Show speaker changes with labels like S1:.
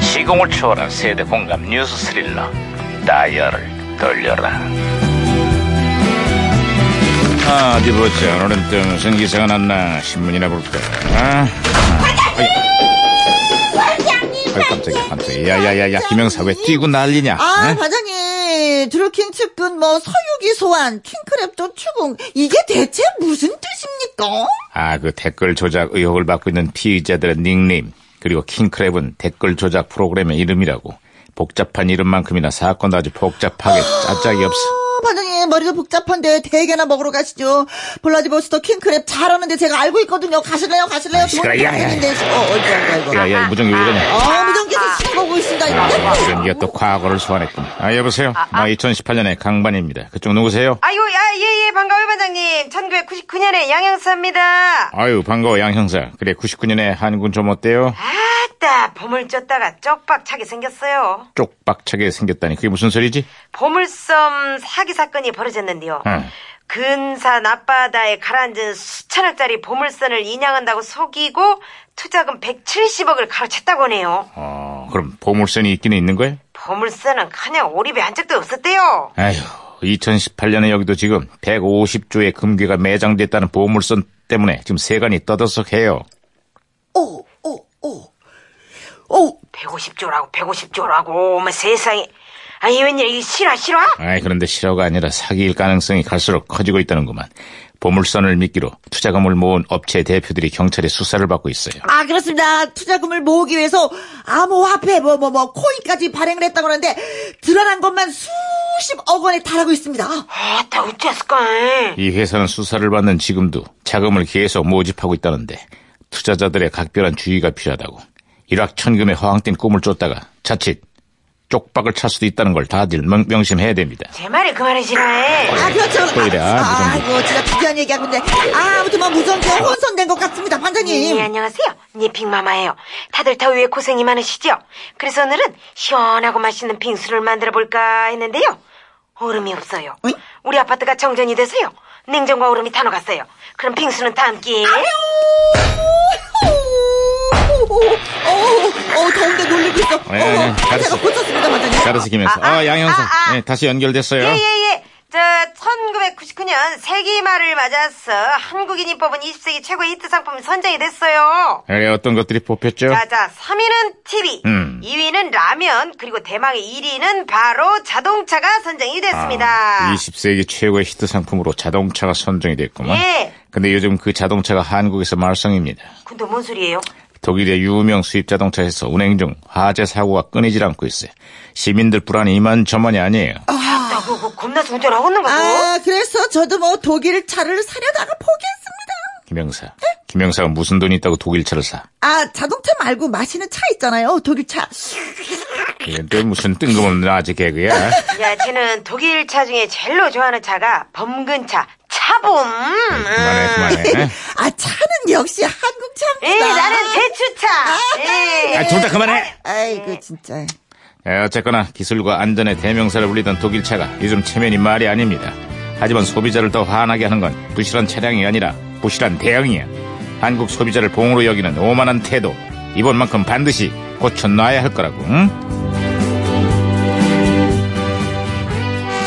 S1: 시공을 초월한 세대 공감 뉴스 스릴러 다이얼을 돌려라 아, 어디 보자 오늘은 또 무슨 기사가 났나 신문이나 볼까 아,
S2: 반장님,
S1: 아이, 깜짝이야 깜짝이야 야야야야 김영사 왜 뛰고 난리냐
S2: 아,
S1: 응?
S2: 반장님, 드루킹 측근 뭐 서유기 소환, 킹크랩도 추궁 이게 대체 무슨 뜻입니까?
S1: 아, 그 댓글 조작 의혹을 받고 있는 피의자들의 닉네임, 그리고 킹크랩은 댓글 조작 프로그램의 이름이라고. 복잡한 이름만큼이나 사건도 아주 복잡하게 짜짝이 없어.
S2: 어, 반장님 머리도 복잡한데 대게나 먹으러 가시죠. 블라디보스터 킹크랩 잘하는데 제가 알고 있거든요. 가실래요, 가실래요?
S1: 시끄러워, 야, 야, 야.
S2: 데 어, 어이구, 어이구, 어이구.
S1: 야, 아, 야, 무전기 왜 이러냐.
S2: 아, 무전기에서 신호 오고 있습니다.
S1: 무전기가 또 과거를 소환했군. 아, 여보세요? 나 2018년의 강반입니다. 그쪽 누구세요?
S3: 아유, 아, 예, 예, 반가워요, 반장님. 1999년에 양형사입니다.
S1: 아유, 반가워, 양 형사. 그래, 99년에 한군 좀 어때요?
S3: 아따, 보물 쪘다가 쪽박차게 생겼어요.
S1: 쪽박차게 생겼다니. 그게 무슨 소리지?
S3: 보물섬 사기 사건이 벌어졌는데요.
S1: 응.
S3: 근산 앞바다에 가라앉은 수천억짜리 보물선을 인양한다고 속이고 투자금 170억을 가로챘다고 하네요.
S1: 어, 그럼 보물선이 있기는 있는 거야?
S3: 보물선은 그냥 오립에 한 적도 없었대요.
S1: 아휴, 2018년에 여기도 지금 150조의 금괴가 매장됐다는 보물선 때문에 지금 세간이 떠들썩해요.
S2: 오, 오, 오. 오,
S3: 150조라고, 150조라고. 어머, 세상에. 아니, 웬일, 이거 실화, 실화?
S1: 아이, 그런데 실화가 아니라 사기일 가능성이 갈수록 커지고 있다는구만. 보물선을 미끼로 투자금을 모은 업체 대표들이 경찰의 수사를 받고 있어요.
S2: 아 그렇습니다. 투자금을 모으기 위해서 암호화폐 뭐 뭐 뭐 코인까지 발행을 했다고 하는데 드러난 것만 수십억 원에 달하고 있습니다.
S3: 아따, 어째었을까?
S1: 이 회사는 수사를 받는 지금도 자금을 계속 모집하고 있다는데 투자자들의 각별한 주의가 필요하다고. 일확천금의 허황된 꿈을 쫓다가 자칫 쪽박을 찰 수도 있다는 걸 다들 명- 명심해야 됩니다.
S3: 제 말이 그 말이지라.
S2: 아 그렇죠.
S1: 또 이래, 아, 무전기.
S2: 아, 이고 진짜 특이한 얘기하고 있는데 아, 아무튼 뭐 무전기가 혼선된 것 같습니다,
S3: 예,
S2: 반장님.
S3: 안녕하세요. 니빅마마예요 다들 더위에 고생이 많으시죠? 그래서 오늘은 시원하고 맛있는 빙수를 만들어 볼까 했는데요. 얼음이 없어요.
S2: 어이?
S3: 우리 아파트가 정전이 돼서요. 냉장고 얼음이 다 녹았어요. 그럼 빙수는 다음 기회에.
S2: 오, 오, 오, 오, 더운데 놀리고 있어.
S1: 예, 예,
S2: 어,
S1: 잘했어.
S2: 제가 고쳤습니다, 반장님.
S1: 가르스 김현사.
S3: 아, 아,
S1: 아, 양형사.
S3: 아, 아.
S1: 네, 다시 연결됐어요.
S3: 예, 예, 예. 저, 1999년 세기말을 맞아서 한국인이 뽑은 20세기 최고의 히트 상품이 선정이 됐어요.
S1: 예, 어떤 것들이 뽑혔죠?
S3: 자자 3위는
S1: 네.
S3: TV,
S1: 음.
S3: 2위는 라면, 그리고 대망의 1위는 바로 자동차가 선정이
S1: 아,
S3: 됐습니다.
S1: 20세기 최고의 히트 상품으로 자동차가 선정이 됐구만.
S3: 예.
S1: 근데 요즘 그 자동차가 한국에서 말썽입니다.
S3: 근데 뭔 소리예요?
S1: 독일의 유명 수입 자동차에서 운행 중 화재 사고가 끊이질 않고 있어요. 시민들 불안이 이만저만이 아니에요.
S3: 나 그거 그거 겁나서 운전하고 있는 거고.
S2: 아, 그래서 저도 뭐 독일 차를 사려다가 포기했습니다.
S1: 김영사. 김영사가 무슨 돈이 있다고 독일차를 사.
S2: 아, 자동차 말고 마시는 차 있잖아요, 독일 차.
S1: 이건 또 무슨 뜬금없는 아재 개그야.
S3: 야, 쟤는 독일 차 중에 젤로 좋아하는 차가 범근차, 차봄.
S1: 그만해, 그만해.
S2: 아, 차는 역시 한국 차입니다.
S3: 에이, 네, 나는
S2: 아.
S3: 대추차. 에이.
S1: 아, 둘 다 그만해!
S2: 아이고 진짜.
S1: 에, 어쨌거나 기술과 안전의 대명사를 불리던 독일차가 요즘 체면이 말이 아닙니다. 하지만 소비자를 더 화나게 하는 건 부실한 차량이 아니라 부실한 대응이야. 한국 소비자를 봉으로 여기는 오만한 태도 이번만큼 반드시 고쳐놔야 할 거라고. 응?